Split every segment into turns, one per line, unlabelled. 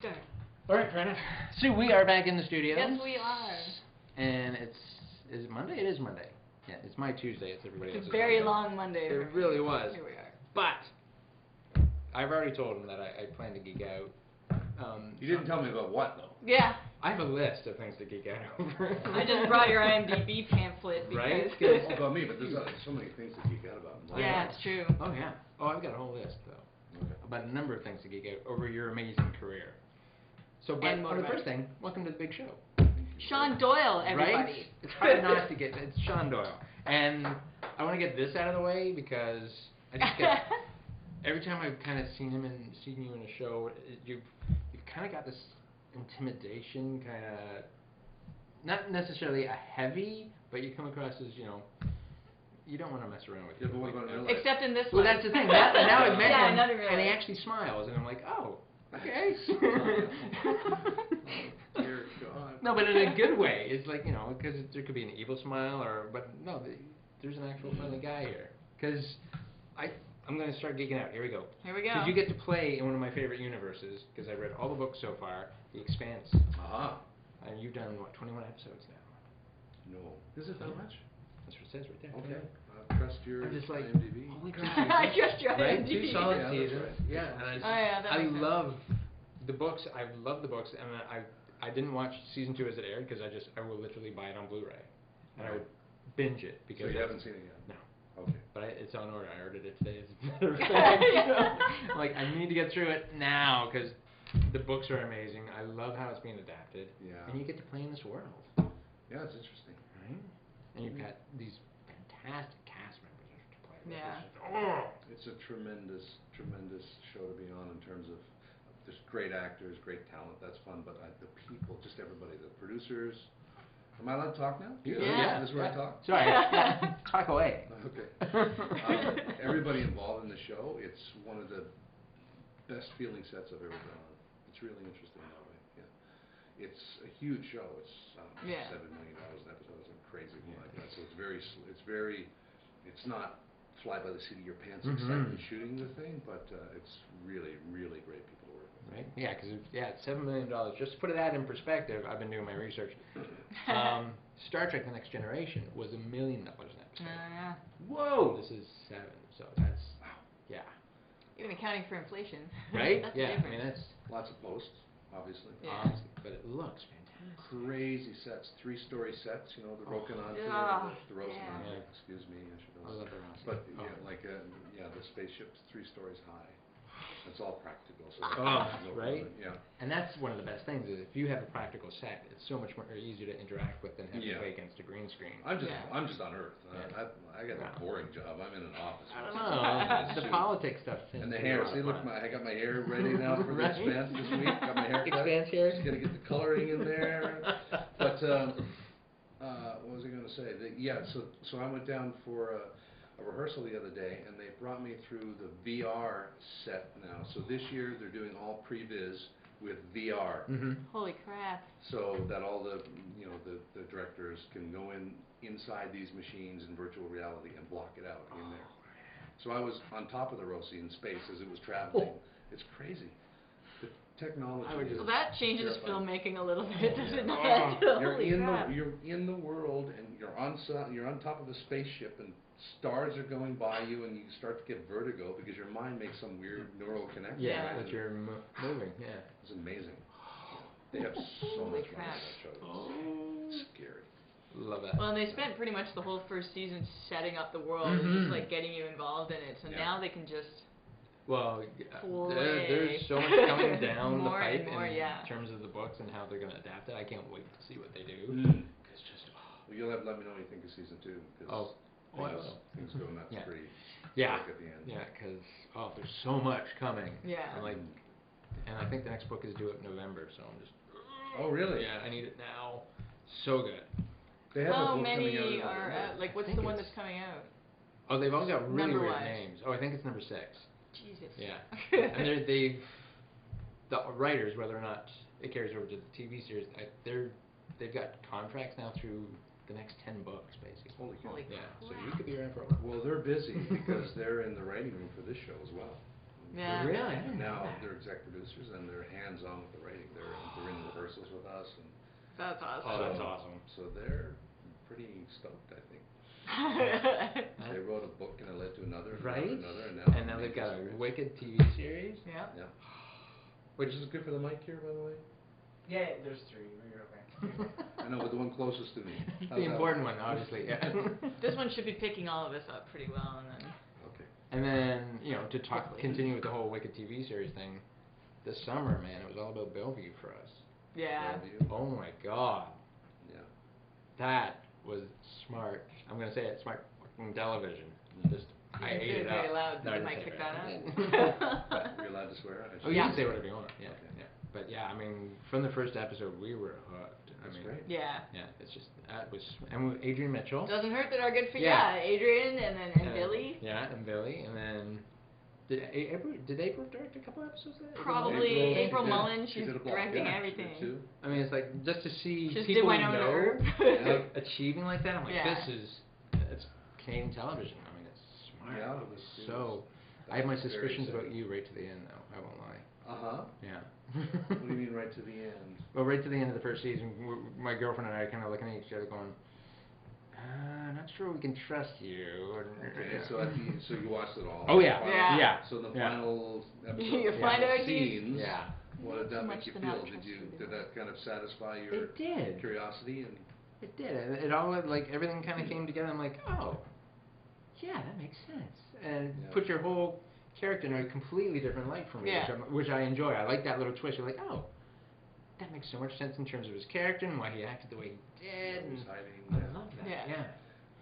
Good.
All right, fair enough. So we are back in the studio.
Yes, we are.
And it's is it Monday? It is Monday. Yeah, it's my Tuesday. It's everybody
It's
else's.
a very
Monday.
long Monday.
It
for me.
really was.
Here we are.
But I've already told him that I, I plan to geek out. Um,
You didn't tell me about what though.
Yeah,
I have a list of things to geek out over.
I just brought your IMDb pamphlet
Right?
because.
It's all about me, but there's uh, so many things that you got about. me.
yeah, it's true.
Oh yeah. Oh, I've got a whole list though
Okay.
about a number of things to geek out over your amazing career. So, but
And
for the
motivated.
first thing, welcome to the big show.
Sean Doyle,
Right?
everybody.
It's hard not to get. It's Sean Doyle, and I want to get this out of the way because I just get every time I've kind of seen him and seen you in a show, it- you've you've kind of got this intimidation, kind of not necessarily a heavy, but you come across as you know you don't want to mess around with
Yeah,
people
but what
like
about
that.
in real life?
Except in this
Well,
one.
that's the thing. Now, now I met
yeah,
him,
not in real
and he
life.
actually smiles, and I'm like, oh, okay.
Dear God.
no, but in a good way. It's like you know, because there could be an evil smile, or but no, th- there's an actual friendly guy here. Because I, I'm gonna start geeking out. Here we go.
Here we
Because
go.
you get to play in one of my favorite universes. Because I read all the books so far, The Expanse,
Aha.
and you've done what 21 episodes now.
No. Is it that much?
That's what it says right there.
Okay. I trust your
I'm just like,
IMDb.
holy crap.
I trust your
Right?
IMDb.
Two solid
Yeah, that's
seasons.
right.
Yeah, and I, just-
Oh, yeah, that
I
makes sense.
love the books. I love the books, and I I didn't watch season two as it aired because I just I will literally buy it on Blu-ray, and I would binge it
So
because
you
it's-
haven't seen it yet?
no.
Okay.
But I, it's on order. I ordered it today. As a matter of fact,
Yeah.
like I need to get through it now because the books are amazing. I love how it's being adapted,
Yeah.
and you get to play in this world,
Yeah, it's interesting.
right? And
Mm-hmm.
you've got these fantastic cast members to play with.
Yeah.
It's just, oh.
It's a tremendous, tremendous show to be on in terms of just great actors, great talent. That's fun. But uh, the people, just everybody, the producers. Am I allowed to talk now?
Yeah.
Yeah.
This is where
Yeah.
I talk.
Oh, Sorry, talk away.
Okay. Um, everybody involved in the show, it's one of the best feeling sets I've ever been on. It's really interesting that way. Yeah. It's a huge show. It's um,
Yeah.
seven million dollars an episode. It's crazy thing like that. So it's very, sl- it's very, it's not fly by the seat of your pants
Mhm.
excitement shooting the thing, but uh, it's really, really great people to work with.
Right? Yeah, because yeah, it's seven million dollars. Just to put that in perspective, I've been doing my research. Um, Star Trek: The Next Generation was a million dollars an
Uh,
episode.
yeah.
Whoa! This is seven, so that's yeah,
Even accounting for inflation.
right?
That's
yeah, I
different.
mean that's
Lots of posts, obviously.
Yeah.
honestly, but it looks fantastic.
Crazy sets, three-story sets. You know the
Oh.
Rokinon theater,
Yeah.
the, the Rosemont.
Yeah.
Excuse me, I should
I
know.
love the Ross.
But
oh.
yeah, like uh, yeah, the spaceship's three stories high. It's all practical.
Oh,
So there's no
right?
problem. Yeah.
and that's one of the best things is if you have a practical set, it's so much more uh, easier to interact with than having to
Yeah.
play against a green screen.
I'm just
Yeah.
I'm just on Earth.
Yeah.
I, I, I got
Wow.
a boring job. I'm in an office.
I
with
don't
some
know.
suit.
Oh, the politics stuff. tends
And the
to be a
hair.
lot
See,
of
look,
fun.
my, I got my hair ready now for the
Right?
expanse this week. Got my hair cut.
Expanse hair?
Just gotta get the coloring in there. But um, uh, what was I gonna say? The, yeah. So so I went down for a, a rehearsal the other day, and they brought me through the VR set now. So this year they're doing all previs with VR.
hmm
Holy crap.
so that all the you know the, the directors can go in inside these machines in virtual reality and block it out in there. So I was on top of the Rossi in space as it was traveling. It's crazy. The technology.
I would
is-
Well,
just-
that changes
terrifying.
filmmaking a little bit, does it not?
Oh,
you're
Holy
in
crap.
the you're in the world and you're on so- you're on top of a spaceship and stars are going by you and you start to get vertigo because your mind makes some weird neural connection.
Yeah,
Yeah.
right?
that you're mo- moving. Yeah.
It's amazing. They have so
Holy
much money
crap.
on that show. It's scary.
Love that.
Well, and they spent pretty much the whole first season setting up the world and
Mhm.
just like getting you involved in it. So
Yeah.
now they can just
Well, yeah,
Full
there,
way.
there's so much coming down the
More and
pipe
more,
in
yeah.
terms of the books and how they're going to adapt it. I can't wait to see what they do.
Mm.
It's just, oh,
Well, you'll have to let me know what you think of season two because
Oh. Oh, I
things,
will.
things go nuts
Yeah.
pretty
yeah,
quick at the end.
yeah, because oh, there's so much coming.
Yeah.
And like, and I think the next book is due in November, so I'm just.
Oh, really?
Yeah, I need it now. So good.
They have a
how
book coming out
many
in
are
November.
out? Like, what's
think
the one
it's-
that's coming out?
Oh, they've all got really
Number
weird
wise.
names. Oh, I think it's number six.
Jesus.
Yeah. and they're, they've the writers, whether or not it carries over to the TV series, I, they're they've got contracts now through the next ten books, basically.
Holy cow.
Holy
Yeah, so you
crap.
could be around for a while.
Well, they're busy because they're in the writing room for this show as well.
Yeah.
Really? I didn't know
Now
that.
they're exec producers and they're hands-on with the writing. They're, they're in rehearsals with us and
That's
Oh,
awesome.
that's
So-
awesome.
so they're pretty stoked, I think.
That-
They wrote a book and it led to another, and
Right?
another, and now.
And now they've
making
got a
series.
wicked TV series.
yeah.
Yeah. Which is good for the mic here, by the way.
Yeah, there's three. We're okay.
I know, but the one closest to me. How's
the
that?
important one, obviously. Yeah.
This one should be picking all of us up pretty well, and then
Okay.
and then you know to talk,
Hopefully.
continue with the whole wicked TV series thing. This summer, man, it was all about Bellevue for us.
yeah.
Love you.
Oh my God,
Yeah.
that was smart. I'm gonna say it, smart fucking television. Just I
You can
ate
say
it
it very
up.
loud,
No,
you
I didn't
might
say
kick
it
that
very loud.
out.
But-
Are you allowed to swear? I
Oh,
should-
you
Yeah.
can say whatever you want. Yeah,
Okay.
yeah. But yeah, I mean, from the first episode, we were hooked. I
That's
mean,
great.
yeah.
yeah, it's just that was and with Adrian Mitchell.
Doesn't hurt that are good for
Yeah.
yeah, Adrian and then and
uh,
Billy.
Yeah, and Billy, and then did A- April, did April direct a couple episodes? Of that? April Mullen?
Probably
April- she
April
did-
Mullen,
she
she's
did a block,
directing
yeah, she did
everything.
too.
I mean, it's like just to see
Just did
people we
Winona
know
Earp.
Yeah.
like achieving like that. I'm like,
Yeah.
this is it's Canadian television. I mean, it's smart.
Yeah,
It was
this is-
so. I had my suspicions about you right to the end, though. I won't lie.
Uh huh.
Yeah.
What do you mean right to the end?
Well, right to the end of the first season, w- my girlfriend and I are kind of looking at each other, going, uh, "Not sure we can trust you." and-
Okay,
yeah.
so at the, so you watched it all.
Oh, yeah.
Final-
Yeah.
Yeah.
So the
Yeah.
final episode.
You
the
find
final
out he's-
scenes.
yeah,
What
Not
did
so
that
much
make you
the not
feel? Did you
trusting.
did that kind of satisfy your
it did.
curiosity and
It did. It, it all like everything kind
Hmm.
of came together. I'm like, oh, yeah, that makes sense, and
Yeah.
put your whole character in a completely different light for me,
Yeah.
which, i which I enjoy. I like that little twist. You're like, oh, that makes so much sense in terms of his character and why he acted the way he did.
what
And
was hiding?
I
yeah.
love that.
Yeah.
yeah.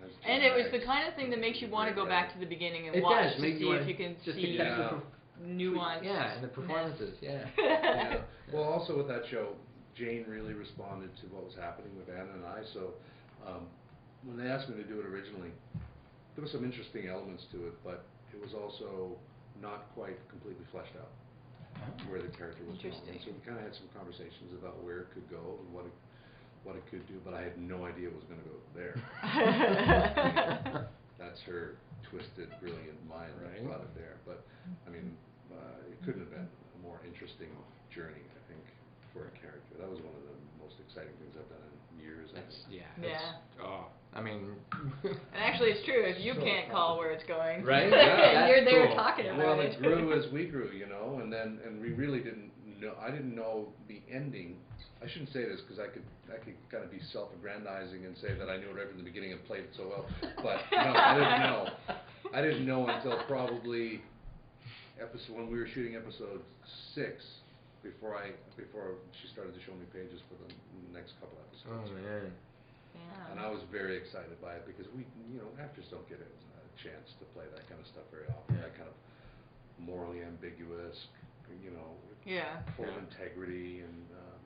That's
And it was
Jack.
the kind of thing that makes you want to go back to the beginning and
It
watch
does,
to
make you
see
wanna-
if you can
Just
see uh,
to catch the
Yeah.
nuance.
Yeah, and the performances, yeah.
Yeah. Well, also with that show, Jane really responded to what was happening with Anna and I. So um, when they asked me to do it originally, there were some interesting elements to it, but it was also not quite completely fleshed out where the character was going. And So
Interesting.
we kind of had some conversations about where it could go and what it, what it could do, but I had no idea it was going to go there. That's her twisted, brilliant mind that
Right.
brought it there. But I mean, uh, it couldn't have been a more interesting journey, I think, for a character. That was one of the most exciting things I've done in years. I
That's yeah.
think.
Yeah.
That's, oh, I mean,
And actually, it's true. If you
So
can't call where it's going,
Right?
Yeah,
and you're
that's
there
cool.
talking about
Well,
it.
it grew as we grew, you know, and then and we really didn't know. I didn't know the ending. I shouldn't say this because I could I could kind of be self-aggrandizing and say that I knew it right from the beginning and played it so well. But no, I didn't know. I didn't know until probably episode when we were shooting episode six before I before she started to show me pages for the next couple
oh
episodes.
man.
And I was very excited by it because we, you know, actors don't get a, a chance to play that kind of stuff very often. That kind of morally ambiguous, you know,
Yeah.
full of
Yeah.
integrity and um,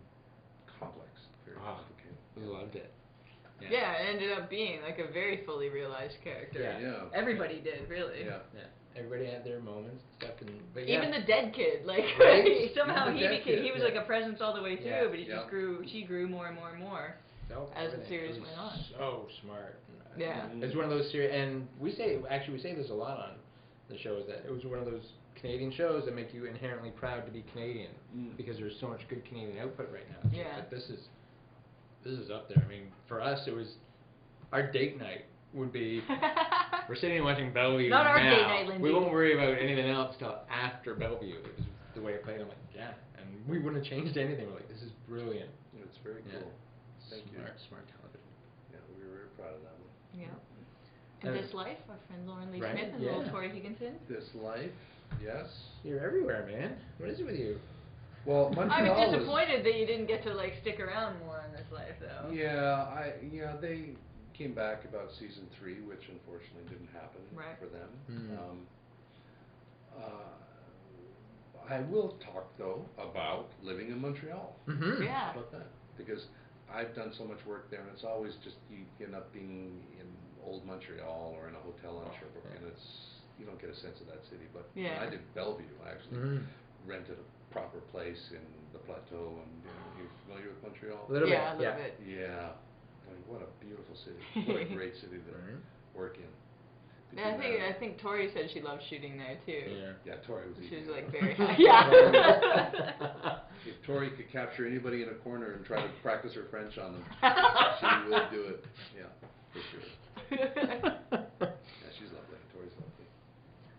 complex, very
Ah.
complicated.
Loved it.
yeah. it ended up being like a very fully realized character.
Yeah.
Yeah.
Everybody did, really.
Yeah.
Yeah. Everybody had their moments and stuff, and but yeah.
Even the dead kid, like
Right?
somehow
Even the
he
dead
became
kid,
he was like
yeah.
a presence all the way through,
Yeah.
but he
Yeah.
just grew she grew more and more and more.
Felt
as the
everything.
series
It was
went on.
So smart.
Yeah.
Mhm.
It's one of those series, and we say actually we say this a lot on the show is that it was one of those Canadian shows that make you inherently proud to be Canadian
Mm.
because there's so much good Canadian output right now. So it's
Yeah.
like, this is this is up there. I mean, for us it was our date night would be we're sitting and watching Bellevue
Not
now.
our date night,
We
Lindsay.
won't worry about anything else till after Bellevue. It was the way it played. I'm like, yeah, and we wouldn't have changed anything. We're like, this is brilliant.
Yeah, It's very
Yeah.
cool. Thank you.
smart, smart television.
Yeah, we were very proud of that one.
yeah. And
Uh,
this life, our friend Lauren Lee
Right,
Smith and
yeah.
little Tori Higginson.
This life, yes.
You're everywhere, man. What is it with you?
Well, Montreal
I was
was-
disappointed that you didn't get to like stick around more on this life though.
Yeah, I yeah they came back about season three, which unfortunately didn't happen
Right.
for them.
Mm.
Um, uh, I will talk though about living in Montreal.
Mm-hmm.
Yeah.
How about that? Because I've done so much work there, and it's always just you end up being in old Montreal or in a hotel in
Oh,
Sherbrooke,
yeah.
and it's you don't get a sense of that city. But
Yeah.
when I did Bellevue, I actually
Mhm.
rented a proper place in the plateau, and you know, you're familiar with Montreal.
A little
yeah,
bit,
a little
yeah.
bit.
Yeah. Like, what a beautiful city. What a great city to
Right.
work in. Could
And I
do
think
that.
I think Tori said she loved shooting there too.
Yeah.
Yeah, Tori was.
She was
easy.
like very yeah.
If Tori could capture anybody in a corner and try to practice her French on them, she would do it. Yeah, for sure. Yeah, she's lovely. Tori's lovely.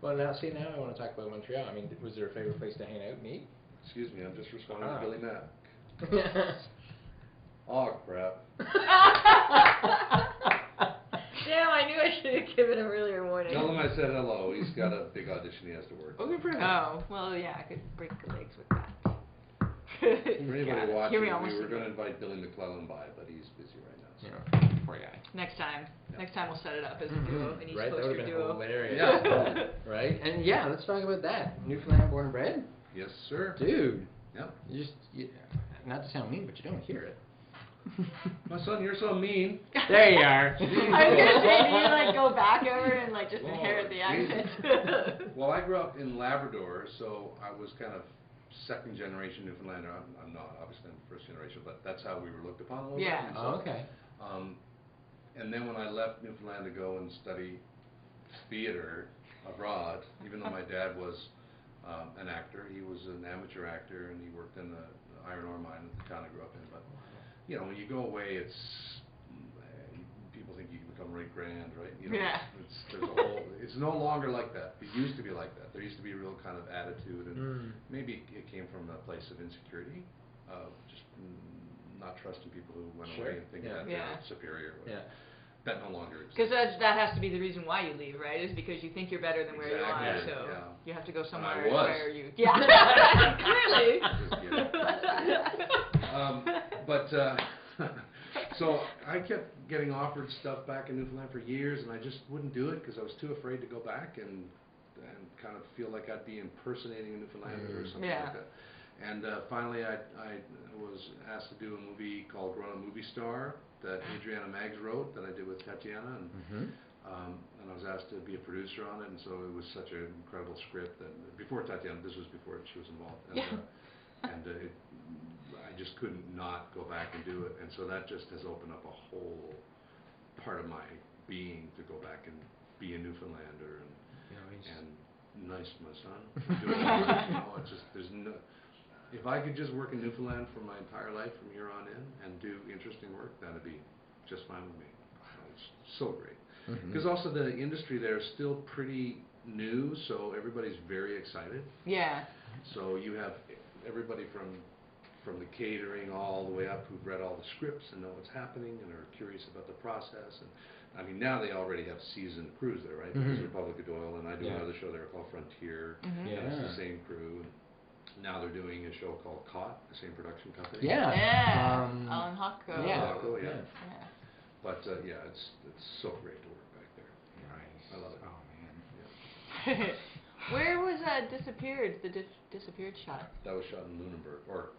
well, now see now I want to talk about Montreal. I mean, d- was there a favorite place to hang out and eat?
Excuse me, I'm just responding
Ah.
to Billy Mack. Oh crap.
Damn, I knew I should have given him earlier warning.
Tell him I said hello. He's got a big audition he has to work.
oh, good for him.
Oh, well, yeah, I could break the legs with that.
For
Yeah,
anybody
here
watching,
we
we
almost
were
did it.
gonna invite Billy McClellan by, but he's busy right now. so-
Yeah, poor guy.
Next time.
Yeah.
Next time we'll set it up as a
Mhm.
duo, an East
right, that
Coaster
would have been
duo.
hilarious.
Yeah, totally.
Right, and yeah, let's talk about that. Newfoundland born and bred,
Yes, sir.
dude.
Yep.
You just you, not to sound mean, but you don't hear it.
My son, you're so mean.
there you are.
I was gonna say, do you like go back over and like just inherit the
Lord,
accent?
Well, I grew up in Labrador, so I was kind of second generation Newfoundlander. I'm, I'm not, obviously, I'm first generation, but that's how we were looked upon a little
Yeah.
bit. and so,
Oh, okay.
Um, and then when I left Newfoundland to go and study theater abroad, even though my dad was um, an actor, he was an amateur actor and he worked in the the iron ore mine that the town I grew up in. But you know, when you go away, it's mm, eh, people think you can become Ray Grand, right? You know,
Yeah.
It's there's a whole. It's no longer like that. It used to be like that. There used to be a real kind of attitude and
Mm.
maybe it came from a place of insecurity, of just mm, not trusting people who went
Sure,
away and thinking
yeah.
that they're
Yeah.
superior. or
Yeah.
whatever. That no longer
Because
exists.
that that has to be the reason why you leave, right? Is because you think you're better than where you are,
Exactly,
so
yeah.
you have to go
I
somewhere
was.
where you yeah clearly.
Just kidding. um, but uh, so I kept getting offered stuff back in Newfoundland for years, and I just wouldn't do it because I was too afraid to go back and and kind of feel like I'd be impersonating a Newfoundlander or
Mm.
something
Yeah.
like that. And uh, finally, I I was asked to do a movie called Run a Movie Star that Adriana Maggs wrote that I did with Tatiana and
Mm-hmm.
um, and I was asked to be a producer on it, and so it was such an incredible script that before Tatiana, this was before she was involved, and, uh, and uh, it, I just couldn't not go back and do it, and so that just has opened up a whole part of my being to go back and be a Newfoundlander and and nice to my son. for doing that, you know, it's just there's no. If I could just work in Newfoundland for my entire life from here on in and do interesting work, that'd be just fine with me. It's so great.
Mm-hmm. Mm.
Because also the industry there is still pretty new, so everybody's very excited.
yeah.
So you have everybody from from the catering all the way up who've read all the scripts and know what's happening and are curious about the process. And I mean, now they already have seasoned crews there, right? Because
Mhm.
Republic of Doyle and I do
Yeah.
another show there called Frontier.
Mhm.
Yeah.
and It's the same crew. And now they're doing a show called Caught, the same production company.
Yeah.
Yeah.
Um,
Alan Hocko.
yeah.
Cool, yeah.
Yeah.
But uh, yeah, it's it's so great to work back there.
Nice.
I love it.
Oh man.
Where was uh, disappeared the dis- disappeared shot?
That was shot in Lunenburg, or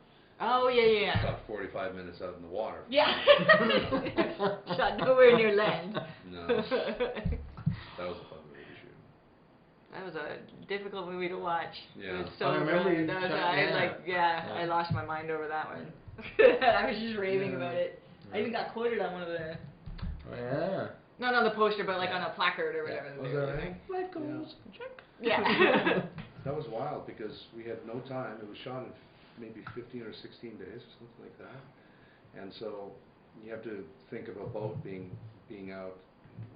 Oh yeah
It's
yeah
About 45 minutes out in the water.
yeah. Yeah. shot nowhere near land.
No, that
that
was a fun movie to shoot.
was a difficult movie to watch.
Yeah.
It was so
I remember
good.
you
That was,
shot-
I
yeah.
like yeah, I
Yeah.
lost my mind over that one. I was just raving
Yeah.
about it. I even got quoted on one of the
Oh, yeah.
not on the poster but like
Yeah.
on a placard or
Yeah.
whatever.
Was
they were
that
doing.
Life
goals,
Yeah.
That was wild because we had no time. It was shot in maybe 15 or 16 days or something like that. And so you have to think of a boat being being out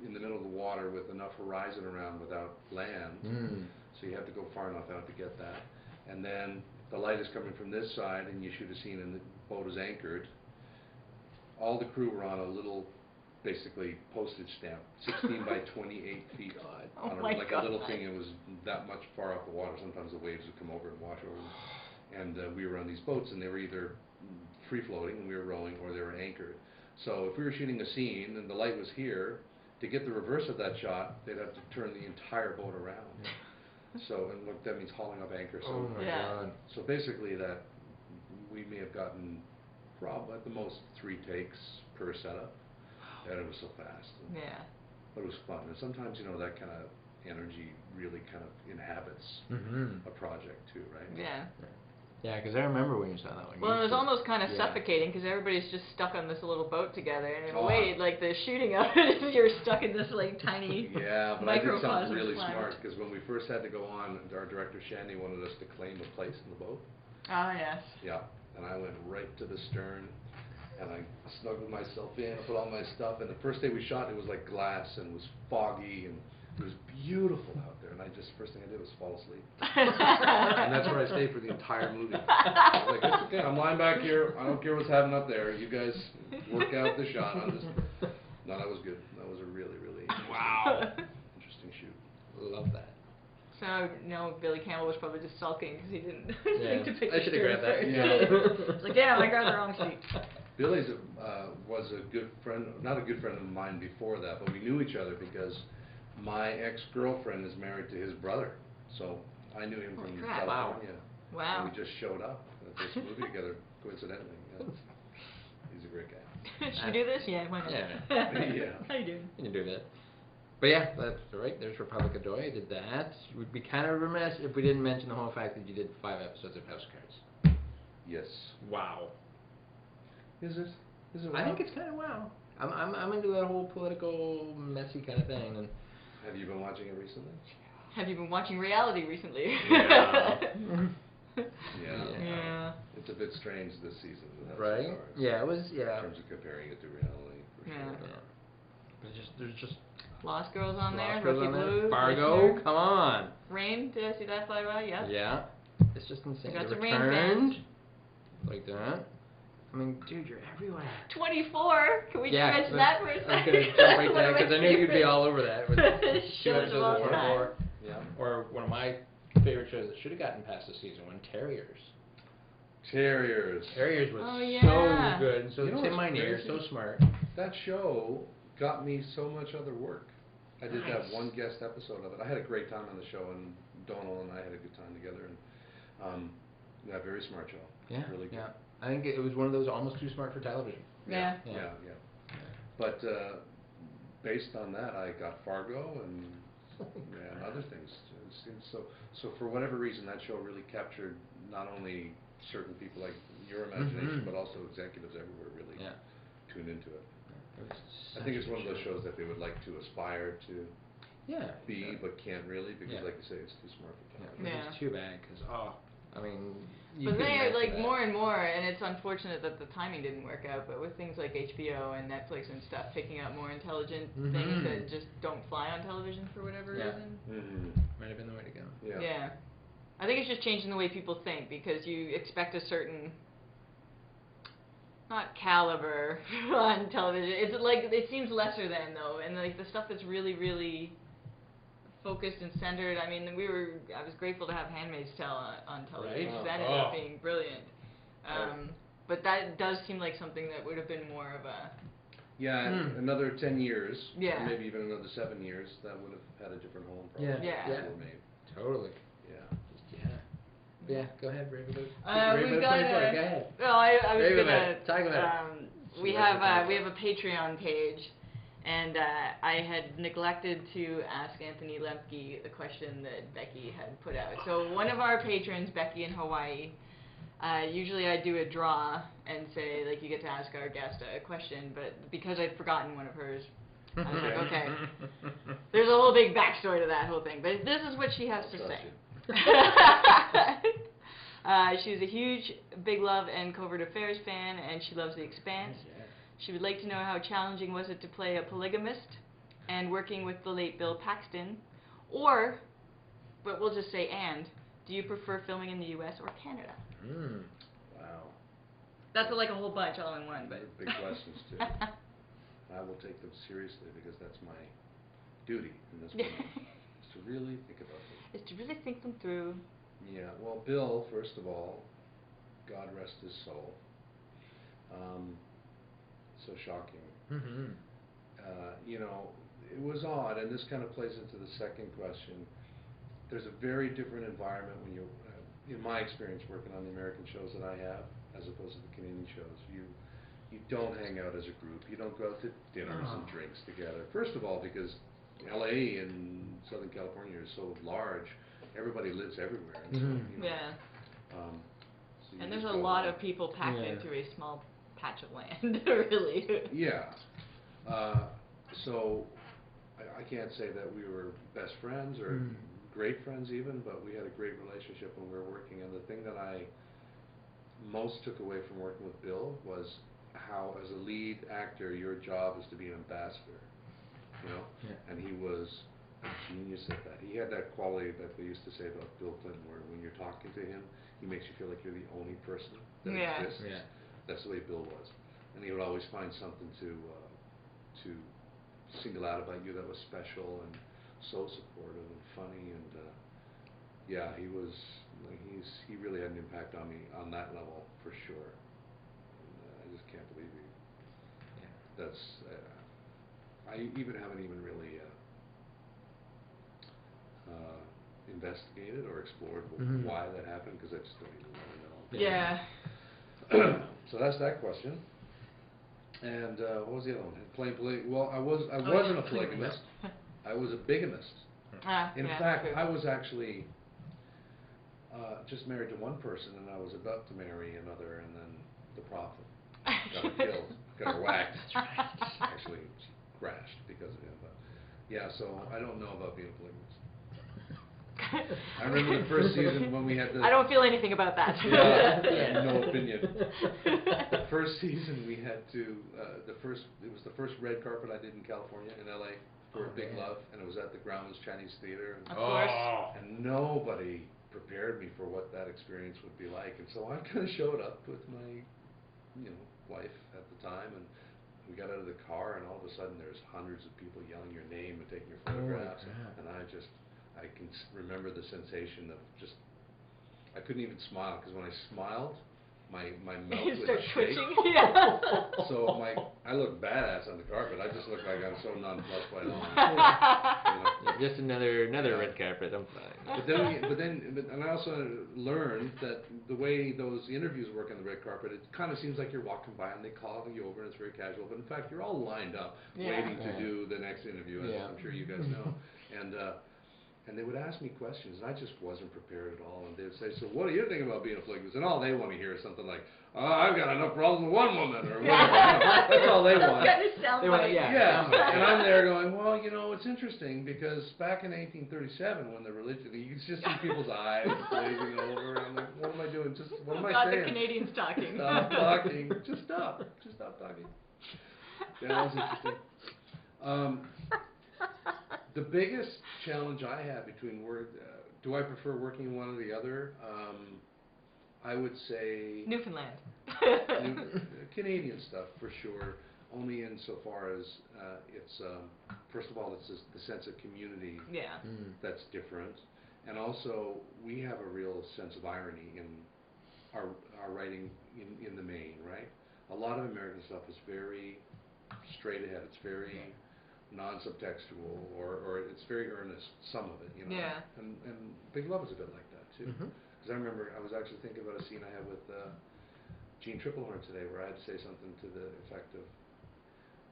in the middle of the water with enough horizon around without land.
Mm.
So you have to go far enough out to get that. And then the light is coming from this side, and you shoot a scene, and the boat is anchored. All the crew were on a little, basically postage stamp, 16 by 28 feet.
Oh
on a,
my
like a little
God.
thing, it was that much far off the water. Sometimes the waves would come over and wash over. And uh, we were on these boats, and they were either free floating, and we were rowing, or they were anchored. So if we were shooting a scene and the light was here, to get the reverse of that shot, they'd have to turn the entire boat around. So, and look, that means hauling up anchor. So,
Oh my
Yeah.
god.
so basically, that we may have gotten prob at the most three takes per setup, and it was so fast. And,
yeah.
but it was fun, and sometimes you know that kind of energy really kind of inhabits
Mm-hmm.
a project too, right?
Yeah.
Yeah, because I remember when you saw that one.
Well,
You
it was
should-
almost kind of
yeah.
suffocating because everybody's just stuck on this little boat together, and in a
Oh.
way, like the shooting of it is you're stuck in this like tiny.
Yeah, but I did something
Microcosm
really
planet.
smart because when we first had to go on, our director Shandy wanted us to claim a place in the boat.
Ah yes.
Yeah, and I went right to the stern, and I snuggled myself in, put all my stuff. And the first day we shot, it was like glass and it was foggy and it was beautiful out there. And I just first thing I did was fall asleep, and that's where I stayed for the entire movie. I was like, it's okay, I'm lying back here. I don't care what's happening up there. You guys work out the shot. I'm just. No, that was good. That was a really, really interesting,
Wow.
interesting shoot.
Love that.
So no, Billy Campbell was probably just sulking because he didn't
Yeah.
think to pick
I
the
should have
stern
grabbed that.
first.
Yeah.
It's like, damn, I grabbed the wrong seat.
Billy's uh, was a good friend, not a good friend of mine before that, but we knew each other because my ex-girlfriend is married to his brother, so I knew him
Holy
from
crap.
Wow.
California.
Wow.
And we just showed up at this movie together coincidentally. yeah. He's a great guy.
Should we do this? Yeah, why not?
Yeah.
Yeah.
How you doing?
You can do that. But yeah, that's right. There's Republic of Doy. I did that. We'd be kind of remiss if we didn't mention the whole fact that you did five episodes of House Cards.
Yes.
Wow.
Is it? Is it?
I
Rob?
think it's kind of wow. I'm, I'm I'm into that whole political messy kind of thing and.
Have you been watching it recently?
Have you been watching reality recently? Mm-hmm.
Yeah.
Yeah.
Yeah.
It's a bit strange this season. that's
right?
ours,
Yeah, it was. Yeah.
In terms of comparing it to reality. For
Yeah.
yeah.
Sure.
But just there's just
Lost Girls on there,
Lost Girls
Rookie
on there.
Blue,
Fargo,
Listener.
come on.
Rain, did I see that fly by? Yeah.
Yeah. It's just insane.
got
They
some rain
returned like that. I mean, dude, you're everywhere.
24. Can we
yeah,
mention that
that's-
for a second?
I was gonna jump right
One
there
of my
because I knew you'd be
favorite
all over that. With two
shows of all
episodes of
time.
War,
Yeah.
or one of my favorite shows that should have gotten past the season one, Terriers.
Terriers.
Terriers was
Oh,
so
yeah.
good. and So
You know
Tim
what's
Minear,
crazy?
so smart.
That show got me so much other work. I did that
Nice.
one guest episode of it. I had a great time on the show, and Donald and I had a good time together. And um, yeah, very smart show.
Yeah.
really good.
yeah. I think it, it was one of those almost too smart for television.
Yeah.
yeah,
Yeah.
yeah. But uh, based on that, I got Fargo and yeah, and other things. It seems so. So for whatever reason, that show really captured not only certain people like your imagination,
Mhm.
but also executives everywhere really
Yeah.
tuned into it.
It was
I
such
think it's
a good
one of those
show.
shows that they would like to aspire to.
Yeah. yeah.
be, but can't really because,
Yeah.
like you say, it's too smart for
Yeah,
television.
which
Yeah.
is too bad because oh, I mean. You
But
couldn't
they are
ask for
like
that.
more and more, and it's unfortunate that the timing didn't work out. But with things like HBO and Netflix and stuff picking up more intelligent
Mhm.
things that just don't fly on television for whatever
Yeah.
reason.
Might have been the way to go.
Yeah.
I think it's just changing the way people think because you expect a certain not caliber on television. It's like it seems lesser than though, and like the stuff that's really really focused and centered. I mean, we were I was grateful to have Handmaid's Tale on, on television.
Right.
'cause That ended up
Oh.
being brilliant.
Right.
Um, But that does seem like something that would have been more of a
Yeah, and
Hmm.
another 10 years, or
Yeah.
maybe even another 7 years, that would have had a different home probably.
Yeah.
Yeah.
that were made.
Totally.
Yeah.
Just, yeah. Yeah. Go ahead, Raven.
Uh,
Raven,
we've got
finish
a-
it, Go ahead.
No, I, I was
Wait a
gonna.
minute, talk about it.
um, we
Select
have
the
uh,
content.
we have a Patreon page, and uh, I had neglected to ask Anthony Lemke the question that Becky had put out. So one of our patrons, Becky in Hawaii. Uh, usually I do a draw and say like you get to ask our guest a question, but because I've forgotten one of hers, I was like, okay. There's a whole big backstory to that whole thing, but this is what she has to
Gotcha.
say. uh, she's a huge Big Love and Covert Affairs fan, and she loves The Expanse. She would like to know how challenging was it to play a polygamist and working with the late Bill Paxton, or, but we'll just say and, do you prefer filming in the U.S. or Canada?
Mm.
Wow.
That's like a whole bunch all in one, but.
Big questions, too. I will take them seriously because that's my duty in this moment, is to really think about it.
Is to really think them through.
Yeah, well, Bill, first of all, God rest his soul. Um, so shocking.
Mhm.
uh, you know, it was odd, and this kind of plays into the second question. There's a very different environment when you, uh, in my experience, working on the American shows that I have, as opposed to the Canadian shows. You, you don't hang out as a group. You don't go out to dinners and
Oh.
drinks together. First of all, because L.A. and Southern
Mm-hmm.
California is so large, everybody lives everywhere. And so,
Mhm.
you know,
Yeah.
um, So you
And there's a
just go
lot
along.
of people packed
Yeah.
into a small patch of land, really.
Yeah. Uh, so I, I can't say that we were best friends or
Mm.
great friends even, but we had a great relationship when we were working. And the thing that I most took away from working with Bill was how, as a lead actor, your job is to be an ambassador. You know,
Yeah.
and he was a genius at that. He had that quality that they used to say about Bill Clinton, where when you're talking to him, he makes you feel like you're the only person that
Yeah.
exists.
Yeah.
That's the way Bill was, and he would always find something to uh, to single out about you that was special and so supportive and funny and uh, yeah, he was like, he's he really had an impact on me on that level for sure. And, uh, I just can't believe he. That's uh, I even haven't even really uh, uh, investigated or explored wh-
Mhm.
why that happened because I just don't even really know.
yeah.
so that's that question. And uh, what was the other one? Plain poly- Well, I was I
Oh,
wasn't a
yeah.
polygamist. I was a bigamist.
Ah,
In
yeah,
fact,
true.
I was actually uh, just married to one person, and I was about to marry another, and then the prophet got her killed, got her whacked. Actually, she crashed because of him. But yeah, so I don't know about being a polygamist. I remember the first season when we had the
I don't feel anything about that.
Yeah, I have no opinion. the first season we had to uh, the first it was the first red carpet I did in California in LA for
Oh,
Big
man.
Love and it was at the Grauman's Chinese Theater and,
Of course.
Oh.
and nobody prepared me for what that experience would be like and so I kind of showed up with my you know wife at the time and we got out of the car and all of a sudden there's hundreds of people yelling your name and taking your
Holy
photographs
crap.
and I just I can s- remember the sensation of just I couldn't even smile because when I smiled my my mouth
you
would
start
shake.
twitching. Yeah.
So my, I look badass on the carpet. I just look like I'm so nonplussed by it all. You
Yeah,
know?
just another another
Yeah.
red carpet. I'm fine.
But then, we- but then, but, and I also learned that the way those interviews work on the red carpet, it kind of seems like you're walking by and they call you over and it's very casual. But in fact, you're all lined up,
Yeah.
waiting to
Yeah.
do the next interview. As
Yeah.
I'm sure you guys know. And uh, and they would ask me questions, and I just wasn't prepared at all. And they would say, "So what do you think about being a polygamist?" And all they want to hear is something like, "Oh, I've got enough problems with one woman," or whatever. you know. That's all they want.
That is sound
They wanna-
bite.
yeah.
Yeah,
Yeah.
and I'm there going, well, you know, it's interesting because back in 1837, when the religion, you can just see people's eyes glazing over, and I'm like, what am I doing? Just what am
Oh,
I
God,
saying? Uh,
the Canadians talking.
Stop talking. Just stop. Just stop talking. Yeah, that was interesting. Um, the biggest challenge I have between work, uh, do I prefer working one or the other? Um, I would say
Newfoundland.
New- Canadian stuff for sure. Only insofar as uh, it's um, first of all, it's just the sense of community
yeah.
Mm.
that's different, and also we have a real sense of irony in our our writing in in the main, right? A lot of American stuff is very straight ahead. It's very non-subtextual, or, or it's very earnest. Some of it, you know.
Yeah.
And and Big Love is a bit like that too.
Mhm.
Because I remember I was actually thinking about a scene I had with uh, Gene Triplehorn today where I had to say something to the effect of,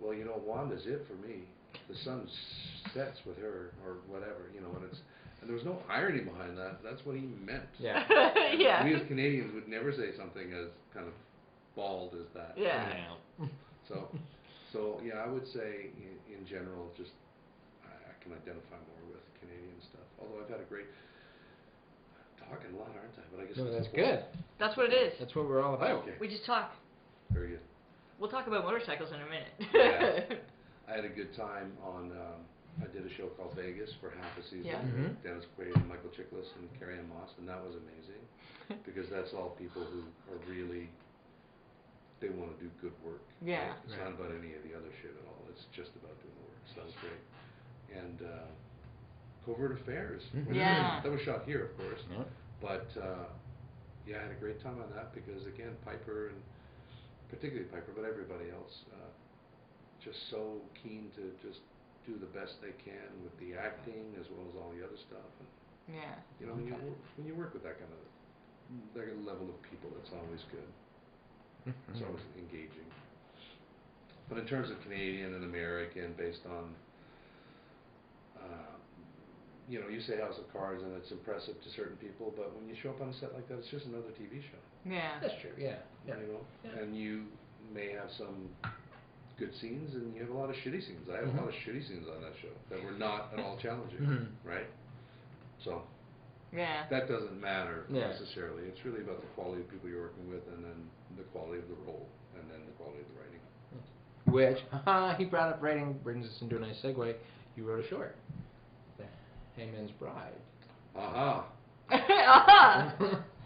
well, you know, Wanda's it for me. The sun s- sets with her or whatever, you know, and it's, and there was no irony behind that. That's what he meant.
Yeah.
yeah.
We as Canadians would never say something as kind of bald as that.
Yeah.
Yeah.
So, so yeah, I would say in, in general, just I, I can identify more with Canadian stuff. Although I've had a great talking a lot, aren't I? But I guess
No, that's
the point.
good.
That's what it is.
That's what we're all about.
Oh, Okay,
We just talk.
very good.
We'll talk about motorcycles in a minute.
Yeah. I had a good time on. Um, I did a show called Vegas for half a season.
Yeah.
Mhm.
Dennis Quaid and Michael Chiklis and Carrie Ann Moss, and that was amazing because that's all people who are really they want to do good work. right?
Yeah.
It's
Right.
not about any of the other shit at all. It's just about doing the work. So that was great. And uh, Covert Affairs.
Mhm.
was-
Yeah.
That was shot here, of course.
Yeah.
But uh, yeah, I had a great time on that because again, Piper and particularly Piper, but everybody else, uh, just so keen to just do the best they can with the acting as well as all the other stuff. And,
yeah.
you know, when you work, when you work with that kind of that kind of level of people, it's always good. It's
Mhm.
always engaging. But in terms of Canadian and American, based on uh, you know, you say House of Cards and it's impressive to certain people, but when you show up on a set like that, it's just another TV show.
Yeah.
That's true. Yeah. Yeah.
You know,
Yeah.
and you may have some good scenes, and you have a lot of shitty scenes. I have
Mm-hmm.
a lot of shitty scenes on that show that were not at all challenging,
Mhm.
right? So
Yeah.
that doesn't matter
Yeah.
necessarily. It's really about the quality of people you're working with, and then the quality of the role, and then the quality of the writing.
Which haha, he brought up writing brings us into a nice segue. You wrote a short, The Hangman's Bride.
Aha!
uh-huh.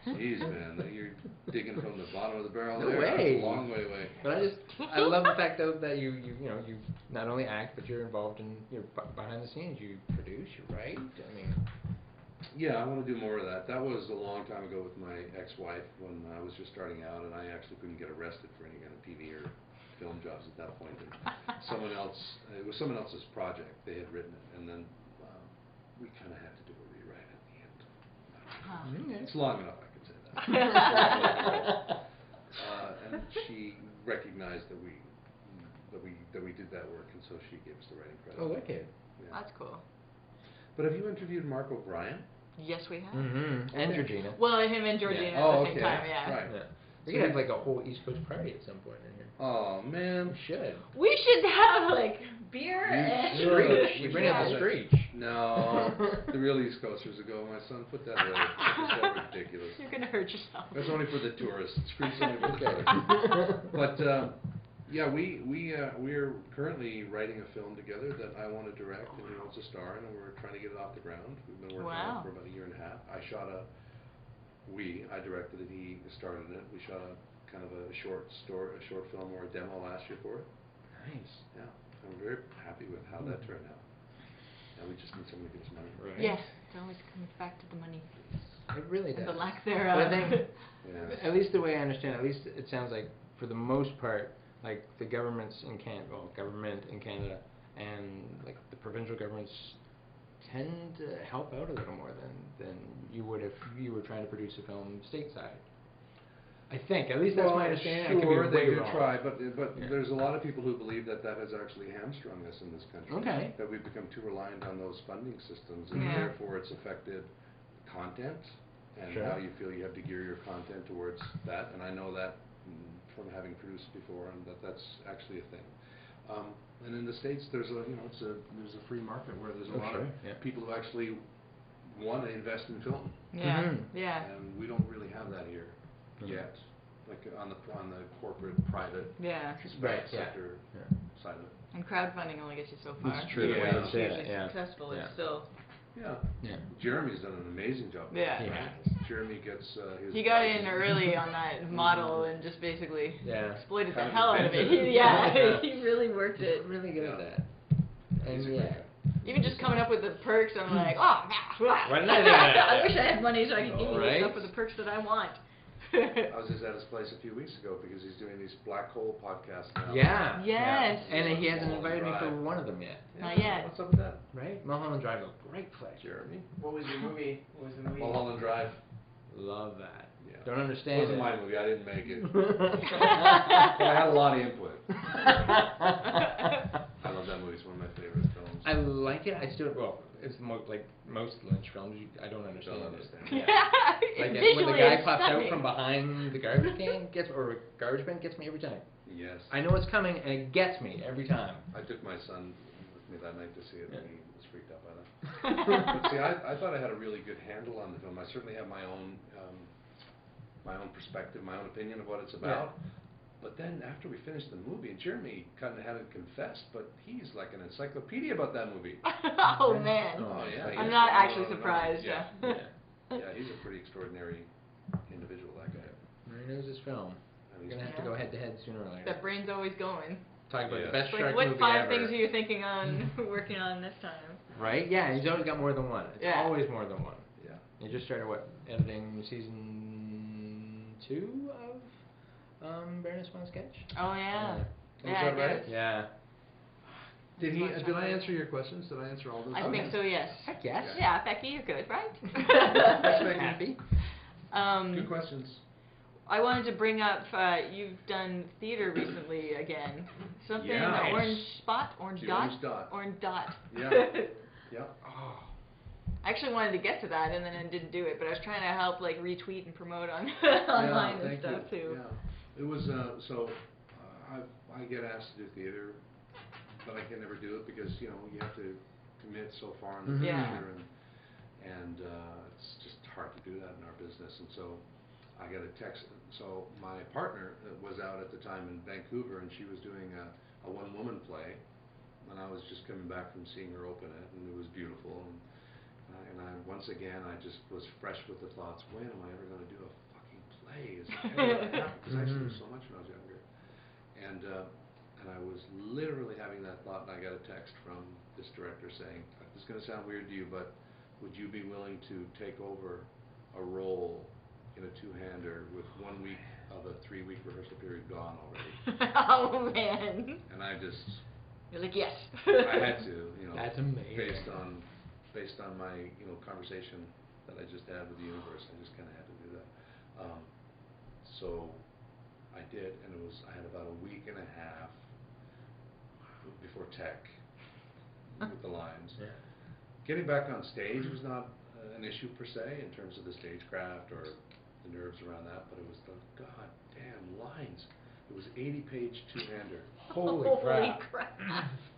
Jeez, man, that you're digging from the bottom of the barrel
No
there. That's
way.
a long way away.
But I just I love the fact though that you you you know you not only act but you're involved in you're b- behind the scenes. You produce. You write. I mean.
Yeah, I want to do more of that. That was a long time ago with my ex-wife when I was just starting out, and I actually couldn't get arrested for any kind of TV or film jobs at that point. And someone else, it was someone else's project. They had written it, and then um, we kind of had to do a rewrite at the end. It's
Uh.
long enough, I can say that.
mm-hmm.
uh, and she recognized that we that we that we did that work, and so she gave us the writing credit.
Oh, wicked.
Yeah.
That's cool.
But have you interviewed Mark O'Brien?
Yes, we have.
Mm-hmm. And Georgina.
Well, him and Georgina
Yeah.
at
Oh,
the same
okay.
time, yeah.
Right.
Yeah.
So
We could have
you-
like a whole East Coast party at some point in here.
Oh man.
We should.
We should have like beer
You
and
should.
Screech. You
We
bring
should
up
have
the
it.
screech.
No, the real East Coasters would go, my son, put that away. That's so ridiculous.
You're gonna hurt yourself.
That's only for the tourists. Screech only for the
Okay.
tourists. But
uh,
um, yeah, we we uh, we're currently writing a film together that I want to direct and he wants to star in, and we're trying to get it off the ground. We've been working on
Wow.
it for about a year and a half. I shot a we I directed it. He started it. We shot a kind of a short story, a short film or a demo last year for it.
nice.
Yeah, I'm very happy with how that turned out. Now we just need someone to give us money.
Right.
Yes, it always comes back to the money
It really
and the
does.
lack
But
thereof.
I think,
Yeah.
at least the way I understand, at least it sounds like, for the most part, like the governments in Canada, well, government in Canada, and like the provincial governments tend to help out a little more than than you would if you were trying to produce a film stateside. I think, at least that's my
Well,
understanding. I could be
Sure, they
way
do
wrong.
try, but, but
Yeah.
there's a lot of people who believe that that has actually hamstrung us in this country.
Okay.
That we've become too reliant on those funding systems, and
Yeah.
therefore it's affected content and
Sure.
how you feel you have to gear your content towards that, and I know that mm, from having produced before, and that that's actually a thing. Um, and in the States, there's a, you know, it's a, there's a free market where there's a
Oh,
lot of
sure, yeah.
people who actually wanna invest in film.
yeah,
Mhm.
yeah,
And we don't really have that here
Mhm.
yet, like uh, on the, on the corporate, private
yeah.
Right, yeah.
sector
Yeah.
side of it.
And crowdfunding only gets you so far.
true,
Even
yeah.
when it's
Yeah.
hugely
Yeah.
successful, it's
Yeah.
still.
Yeah,
Yeah.
Jeremy's done an amazing job. with
Yeah.
that,
Yeah.
right? Jeremy gets uh, his.
He got
prizes.
in early on that model and just basically
Yeah.
exploited the
Kind of
hell out of it.
invented
He,
it.
yeah,
Yeah.
he really worked it.
really good at
Yeah.
that.
He's a
And
great
yeah.
guy.
Even just coming up with the perks, I'm like, oh,
Why didn't I do that?
I wish I had money so I could give you
Right?
the stuff with the perks that I want.
I was just at his place a few weeks ago because he's doing these black hole podcasts now.
Yeah.
Yes.
And he hasn't
Mulholland
invited me for
Drive.
one of them yet.
Not yet.
What's up with that,
Right? Mulholland Drive is a great place.
Jeremy?
What was your movie? What was the movie?
Mulholland Drive.
Love that.
Yeah.
Don't
It
understand
wasn't
it.
my movie. I didn't make it.
I
But I had a lot of input. I love that movie. It's one of my favorite films.
like it. I still well, it's mo- like most Lynch films. You, I don't understand.
Don't
it.
understand.
Yeah. Like
Visually,
it- when the guy
it's
pops out
stunning.
from behind the garbage can, gets or garbage bin gets me every time.
Yes.
I know it's coming and it gets me every time.
I took my son with me that night to see it, and he was freaked out by that.
yeah.
But see, I, I thought I had a really good handle on the film. I certainly have my own, um, my own perspective, my own opinion of what it's about. But then after we finished the movie, and Jeremy kind of had it confessed, but he's like an encyclopedia about that movie.
oh man,
Oh, yeah.
Like,
I'm not
no, no,
actually
no, no.
surprised.
Yeah.
yeah.
yeah, he's a pretty extraordinary individual, that guy.
He knows his film. We're
And he's-
gonna have to go head to head sooner or
The
later.
brain's always going.
Talk about
Yeah.
the best
It's like,
shark
what
movie
five
ever. Hmm.
things are you thinking on working on this time?
Right? Yeah, he's always got more than one. It's
Yeah.
always more than one.
Yeah.
You just started what editing season two of um, Baroness One Sketch.
Oh yeah.
Was
Yeah,
that
I
right?
did.
Yeah.
Did he? Uh,
Much
did
on
I
it.
answer your questions? Did I answer all those?
I think
questions?
so. Yes.
I guess.
Yeah.
Yeah, Becky, you're good, right?
Thanks, Becky.
Happy.
Good
Um,
questions.
I wanted to bring up. Uh, you've done theater recently again. Something
Yeah.
the
Nice.
orange spot, orange
The
dot,
orange dot.
orange dot.
Yeah. Yeah.
Oh,
I actually wanted to get to that and then I didn't do it, but I was trying to help like retweet and promote on
Yeah,
online and
thank
stuff
you.
too.
Yeah. It was, uh, so, uh, I, I get asked to do theater, but I can never do it because, you know, you have to commit so far in the
Mhm.
Yeah.
theater and, and, uh, it's just hard to do that in our business. And so I got a text, so my partner uh, was out at the time in Vancouver and she was doing a, a one-woman play. And I was just coming back from seeing her open it and it was beautiful and uh, and I, once again, I just was fresh with the thoughts, when am I ever going to do a fucking play? Is it ever going to happen? Because I used to do
Mhm.
so much when I was younger. And, uh, and I was literally having that thought, and I got a text from this director saying, this is going to sound weird to you, but would you be willing to take over a role in a two-hander with one week of a three-week rehearsal period gone already?
oh man.
And I just,
You're like, yes.
I had to, you know
That's amazing.
based on based on my you know conversation that I just had with the universe. I just kind of had to do that. Um, so I did, and it was I had about a week and a half before tech with the lines.
Yeah.
Getting back on stage was not uh, an issue per se in terms of the stagecraft or the nerves around that, but it was the goddamn lines. It was 80 page two hander.
Holy crap.
crap.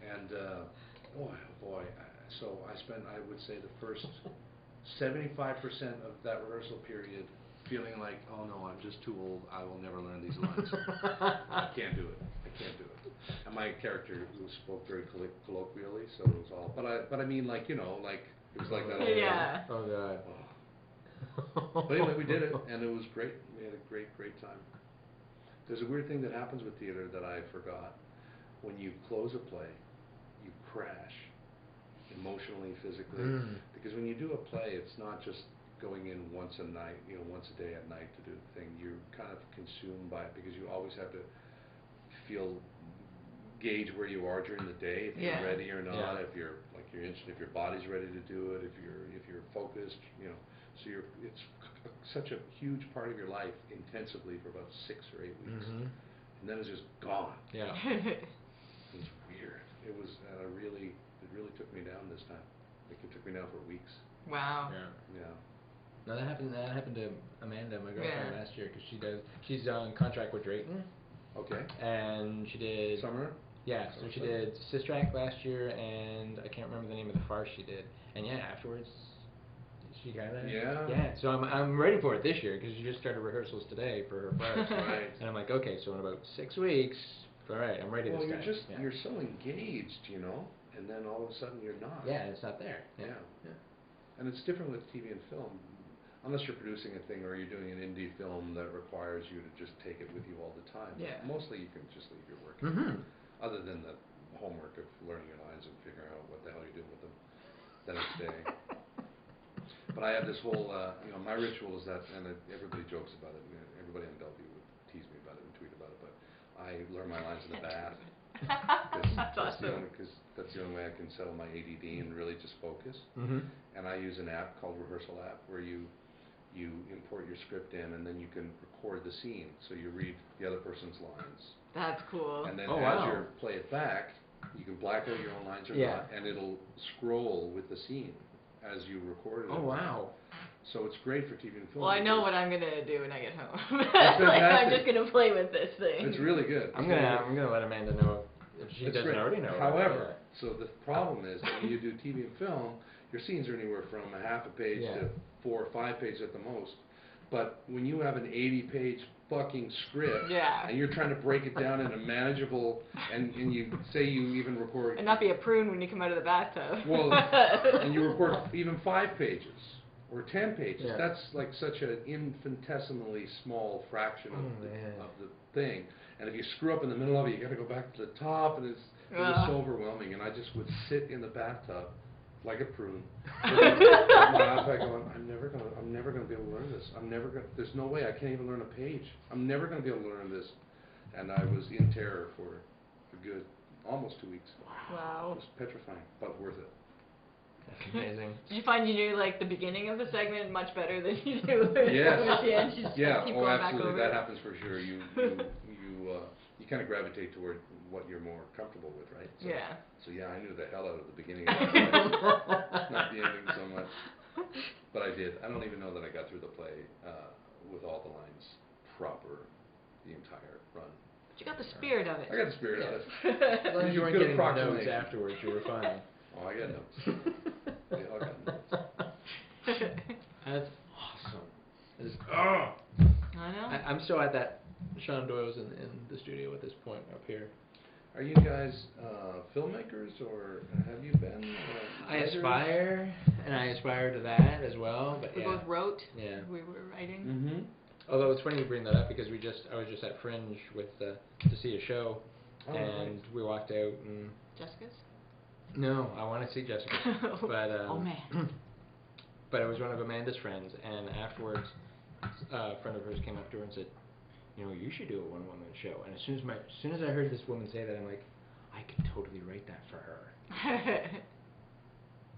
And uh, boy, oh boy, I- so I spent, I would say, the first 75% of that rehearsal period feeling like, oh no, I'm just too old. I will never learn these lines. I can't do it. I can't do it. And my character who spoke very collo- colloquially, so it was all. But I, but I mean, like you know, like it was like that. Uh, All the time.
Yeah.
Oh god.
But anyway, we did it, and it was great. We had a great, great time. There's a weird thing that happens with theater that I forgot. When you close a play, you crash emotionally, physically.
Mm.
Because when you do a play, it's not just going in once a night, you know, once a day at night to do the thing. You're kind of consumed by it because you always have to feel gauge where you are during the day, if
Yeah.
you're ready or not,
Yeah.
if you're like you're interested, if your body's ready to do it, if you're if you're focused, you know. So you're it's c- c- such a huge part of your life intensively for about six or eight weeks,
Mhm.
and then it's just gone.
Yeah.
It was weird. It was uh, really it really took me down this time. Like it took me down for weeks.
wow.
Yeah.
Yeah.
No, that happened. That happened to Amanda, my girlfriend,
Yeah.
last year because she does. She's on contract with Drayton,
Okay.
and she did.
Summer.
Yeah, so she did Sister Act last year, and I can't remember the name of the farce she did. And yeah, afterwards, she got it.
Yeah.
Yeah. So I'm I'm ready for it this year because she just started rehearsals today for her farce.
Right.
and I'm like, okay, so in about six weeks, all right, I'm ready
Well,
this
you're
time.
just
yeah.
you're so engaged, you know, and then all of a sudden you're not.
yeah, it's not there.
Yeah.
Yeah.
And it's different with TV and film. Unless you're producing a thing or you're doing an indie film that requires you to just take it with you all the time. But
Yeah.
Mostly you can just leave your work.
Mm-hmm.
Other than the homework of learning your lines and figuring out what the hell you're doing with them the next day. but I have this whole, uh, you know, my ritual is that, and it, everybody jokes about it, and everybody in Bellevue would tease me about it and tweet about it, but I learn my lines in the bath. Cause
That's
the
awesome.
only, Cause that's the only way I can settle my ADD and really just focus
Mm-hmm.
and I use an app called Rehearsal App where you you import your script in and then you can record the scene. So you read the other person's lines,
That's cool.
and then
Oh,
as
wow.
you play it back, you can black out your own lines or
Yeah.
not, and it'll scroll with the scene as you recorded it.
Oh wow.
So it's great for TV and film.
Well, I know what
because
I'm gonna do when I get home. like I'm
fantastic.
just gonna play with this thing.
It's really good.
I'm
It's
gonna
really good.
I'm gonna let Amanda know if she
That's
doesn't
great.
already know.
However, so the problem is that when you do TV and film, your scenes are anywhere from a half a page
Yeah.
to four or five pages at the most. But when you have an 80 page fucking script
Yeah.
and you're trying to break it down in a manageable, and, and you say you even record,
And not be a prune when you come out of the bathtub.
well, and you record even five pages or 10 pages,
Yeah.
that's like such an infinitesimally small fraction of,
Oh,
the,
man.
of the thing. And if you screw up in the middle of it, you got to go back to the top, and it's it was
Ugh.
so overwhelming, and I just would sit in the bathtub like a prune, with my eyes back going, I'm never gonna, I'm never gonna be able to learn this. I'm never gonna. There's no way I can't even learn a page. I'm never gonna be able to learn this. And I was in terror for a good, almost two weeks. It
wow.
was petrifying, but worth it.
That's amazing.
Did you find you knew like the beginning of the segment much better than you knew
Yes.
towards the end? You just
Yeah.
keep
oh,
going back
absolutely.
over.
That happens for sure. You you you uh, you kind of gravitate toward what you're more comfortable with, right? So,
Yeah.
So yeah, I knew the hell out of the beginning of that play, not the ending so much, but I did. I don't even know that I got through the play uh, with all the lines proper, the entire run.
But you got the spirit of
I got the spirit of it.
it.
As long as you
Good
weren't getting the notes
approximation.
afterwards, you were fine.
Oh, I got notes. Yeah, I got notes.
That's awesome. That's, oh,
I know.
I, I'm still at that. Sean Doyle's in, in the studio at this point up here.
Are you guys uh, filmmakers, or have you been? uh,
I
writers?
aspire, and I aspire to that as well. But
we
yeah,
both wrote.
yeah.
We were
Mm.
writing.
hmm
Mm-hmm.
Although it's funny you bring that up because we just I was just at Fringe with uh, to see a show,
Oh,
and
nice.
we walked out and
Jessica's.
no, I want to see Jessica. but um,
oh man.
but it was one of Amanda's friends, and afterwards, uh, a friend of hers came up to her and said, "You know, you should do a one-woman show." And as soon as my, as soon as I heard this woman say that, I'm like, I could totally write that for her,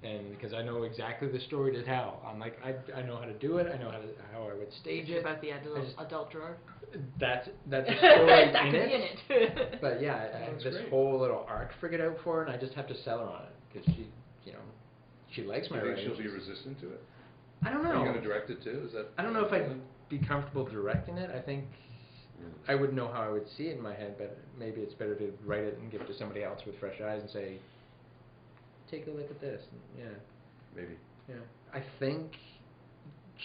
and because I know exactly the story to tell. I'm like, I, I know how to do it. I know how to, how I would stage
It's
it.
about the adult,
just-
adult drawer.
That's that's a story
that
in
could
it.
be in it.
But yeah, I, I
Oh,
had
that's
this
great.
whole little arc figured out for her, and I just have to sell her on it because she, you know, she likes
Do
my
you think
writing.
she'll be
She's-
resistant to it?
I don't know.
Are you going to direct it too? Is that?
I don't know if I'd be comfortable directing it. I think I would know how I would see it in my head, but maybe it's better to write it and give it to somebody else with fresh eyes and say, "Take a look at this." And, yeah,
Maybe.
yeah. I think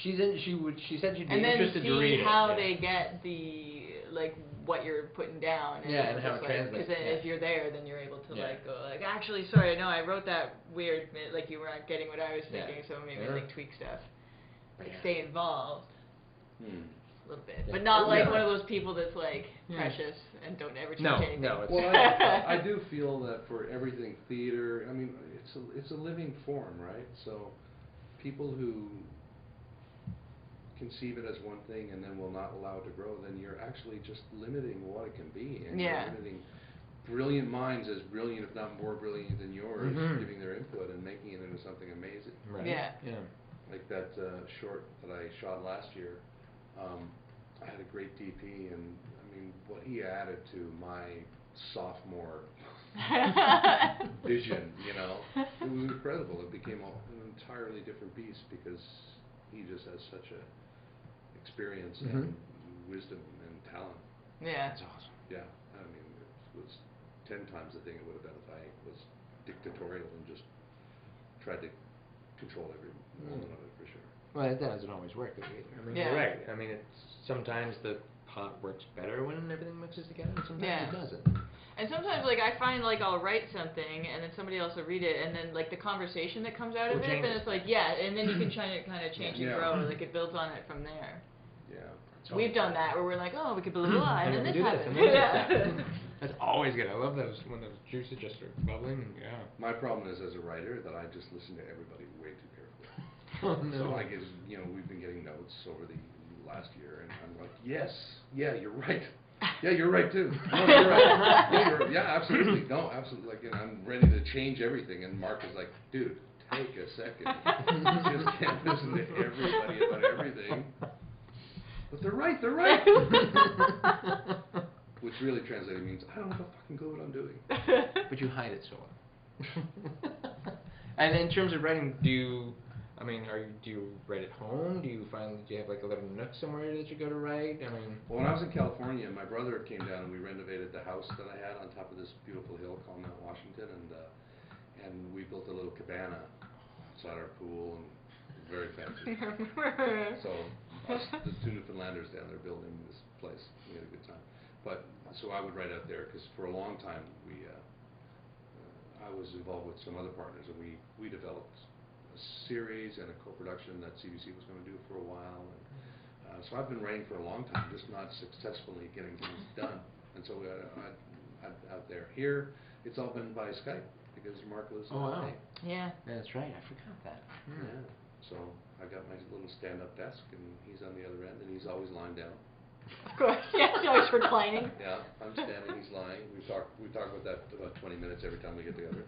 she's in. She would. She said she'd be
and then
interested to read
see
it,
how
yeah.
they get the like what you're putting down. And
Yeah,
then
and how
just,
it
like- 'cause
translates,
then
yeah.
if you're there, then you're able to
Yeah.
like go like actually sorry no I wrote that weird bit, like you weren't getting what I was
Yeah.
thinking so maybe
Yeah.
like tweak stuff like
Yeah.
stay involved
Hmm.
a little bit
Yeah.
but not like
Yeah.
one of those people that's like
Yeah.
precious and don't ever change
No,
anything.
no, it's-
Well, I, I do feel that for everything theater, I mean, it's a, it's a living form, right? So people who conceive it as one thing and then will not allow it to grow, then you're actually just limiting what it can be. And
Yeah.
you're limiting brilliant minds as brilliant, if not more brilliant than yours,
Mhm.
giving their input and making it into something amazing.
Right.
Yeah.
Yeah.
like that uh, short that I shot last year. Um, I had a great DP, and I mean, what he added to my sophomore vision, you know, it was incredible. It became a, an entirely different beast because he just has such a experience and wisdom and talent.
yeah
That's awesome.
Yeah, I mean, it was ten times the thing it would have been if I was dictatorial and just tried to control every
Mm.
moment of it for sure.
Well, that doesn't always work though either. I mean,
Yeah.
you're right. I mean, it's sometimes the pot works better when everything mixes together, and sometimes
Yeah.
it doesn't.
And sometimes, like, I find, like, I'll write something, and then somebody else will read it, and then, like, the conversation that comes out of it,
Will change
then
it.
it's like, yeah, and then you can try to kind of change
Yeah.
and grow, like, it builds on it from there.
Yeah.
It's always
We've done
fun.
that, where we're like, oh, we could blah, blah, blah, and then
we
this
do
happened.
this,
yeah.
and then this happened. That's always good. I love those when those juices just are bubbling. and- Yeah.
My problem is as a writer that I just listen to everybody way too carefully.
Oh,
So like it's you know we've been getting notes over the last year, and I'm like, yes, yeah, you're right. Yeah, you're right too. No, you're right. Yeah, you're- yeah, absolutely. No, absolutely. Like, and I'm ready to change everything. And Mark is like, dude, take a second. You just can't listen to everybody about everything. But they're right. They're right. Which really translated means I don't have a fucking clue what I'm doing.
but you hide it so well. and in terms of writing, do you, I mean, are you, do you write at home? Do you find do you have like a little nook somewhere that you go to write? I mean,
Well, when I was in California, my brother came down and we renovated the house that I had on top of this beautiful hill called Mount Washington, and uh, and we built a little cabana outside our pool and very fancy. so us, the two Newfoundlanders down there building this place, we had a good time. But so I would write out there because for a long time we, uh, uh, I was involved with some other partners, and we we developed a series and a co-production that CBC was going to do for a while. And, uh, so I've been writing for a long time, just not successfully getting things done. And so uh, I, I, out there here, it's all been by Skype because Mark lives in
Oh, wow.
LA.
yeah.
that's right. I forgot that. Hmm.
Yeah. So I got my little stand-up desk, and he's on the other end, and he's always lying down.
Of course. Yeah, it's always reclining.
Yeah, I'm standing, he's lying. We talk, we talk about that about 20 minutes every time we get together.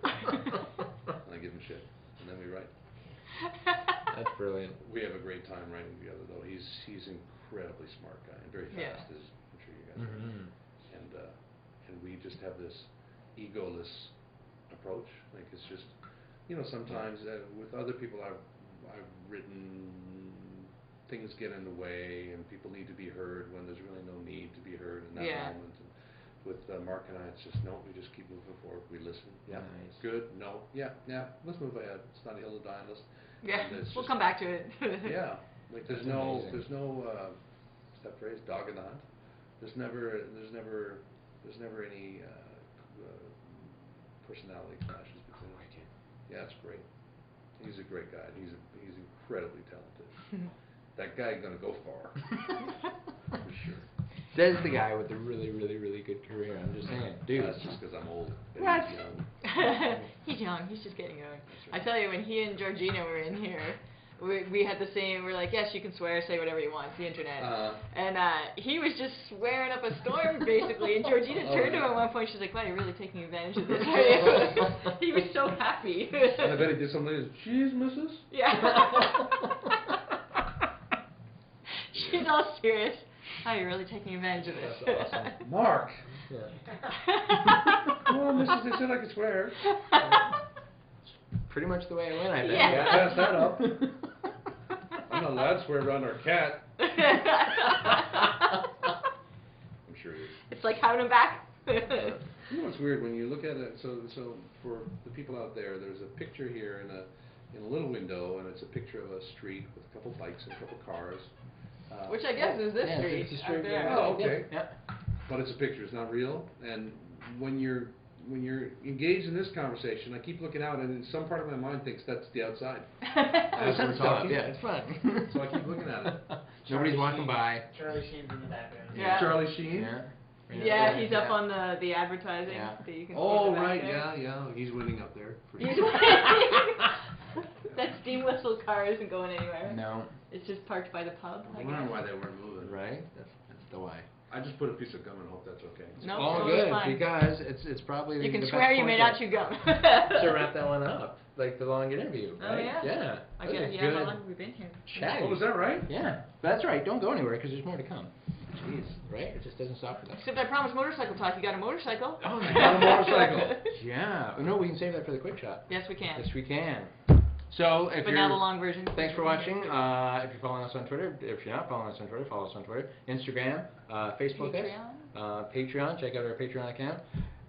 and I give him shit, and then we write.
That's brilliant.
We have a great time writing together, though. He's he's incredibly smart guy and very
Yeah.
Mm-hmm.
Mm-hmm. fast, as I'm sure you guys. are.
hmm
And uh, just have this egoless approach. Like it's just, you know, sometimes uh, with other people I've I've written things get in the way and people need to be heard when there's really no need to be heard in that
Yeah.
moment. And with uh, Mark and I, it's just no. We just keep moving forward. We listen. Yeah.
Nice.
Good. No. Yeah. Yeah. Let's move ahead. It's not a hill to die on. Let's
Yeah,
And it's
we'll
just-
come back to it.
yeah, like there's
That's
no,
amazing.
there's no, uh, what's that phrase, dog in the hunt. There's never, there's never, there's never any uh, c- uh, personality clashes between us. Yeah, it's great. He's a great guy. and He's a, he's incredibly talented. That guy gonna go far for sure.
Says the guy with a really, really, really good career. I'm just saying, dude.
That's just because I'm old. and
What?
he's young.
he's young. He's just getting going.
That's
I
right.
tell you, when he and Georgina were in here, we we had the same. We're like, yes, you can swear, say whatever you want. It's the internet.
Uh,
and uh, he was just swearing up a storm, basically. And Georgina
Oh,
turned to
yeah.
him at one point. She's like, "Wow, you're really taking advantage of this." are you?" he was so happy.
and I bet he did something. like, Jeez, missus.
yeah. She's all serious. Oh, you're really taking advantage of this.
That's awesome. Mark. Well, missus, they said I could swear.
Pretty much the way I went, I bet.
Yeah.
Yeah, pass that up. I'm not allowed to swear around our cat. I'm sure he is.
it's like having him back.
You know what's weird when you look at it? So, so for the people out there, there's a picture here in a in a little window, and it's a picture of a street with a couple bikes and a couple cars. Uh,
Which I guess is this
Yeah,
street.
it's a
out
straight
there.
road.
Oh, okay.
Yeah.
But it's a picture; it's not real. And when you're when you're engaged in this conversation, I keep looking out, and in some part of my mind thinks that's the outside. As we're
That's all up,
talking.
Yeah, it's fun.
So I keep looking at it.
Nobody's
Charlie
walking
Sheen.
by.
Charlie Sheen's in the background.
Yeah.
Charlie Sheen.
Yeah.
Yeah, he's up
yeah.
on the the advertising
Yeah.
that you can see. in
Oh
the back
right,
there.
yeah, yeah. He's winning up there. For
He's
sure.
that steam whistle car isn't going anywhere.
No.
It's just parked by the pub. I
I'm wondering
guess.
why they weren't moving.
Right? That's, that's the why.
I just put a piece of gum and hope that's okay.
No,
All
no, it's
good
fine.
because it's it's probably
You can
the
swear
best
you
point
may
to-
not chew gum.
to wrap that one up, like the long interview,
Oh,
right?
yeah.
yeah.
I
that was
guess,
a
yeah, how
good
long have we been here?
Chat.
Oh, was that right?
Yeah, but that's right. Don't go anywhere because there's more to come. Jeez, right? It just doesn't stop with us.
Except I promised motorcycle talk. You got a motorcycle?
Oh,
I got a motorcycle.
Yeah. Oh, No, we can save that for the quick shot.
yes, we can.
Yes, we can. So if
but
you're
now the long version.
Thanks for watching. Uh, if you're following us on Twitter, if you're not following us on Twitter, follow us on Twitter, Instagram, uh, Facebook, us,
Patreon.
uh, Patreon. Check out our Patreon account,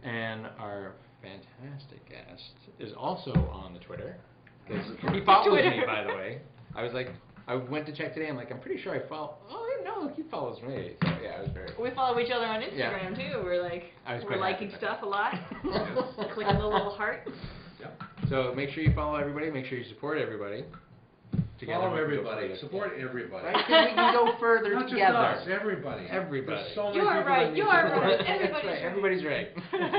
and our fantastic guest is also on the Twitter. 'cause He follows me,
Twitter.
by the way. I was like, I went to check today. I'm like, I'm pretty sure I follow. Oh no, he follows me. So yeah, I was very.
We follow each other on
Yeah.
Instagram too. We're like
I was
we're
quite happy
liking
about
stuff a lot. Clicking the little heart.
Yep.
So make sure you follow everybody. Make sure you support everybody. Together
Follow
we can go
everybody.
further.
Support everybody.
Right? 'Cause we can go further
Not just
together.
us, everybody.
Everybody.
There's so many
You are
people that
right,
need
you are
support.
right.
That's
Everybody's
right. Everybody's right.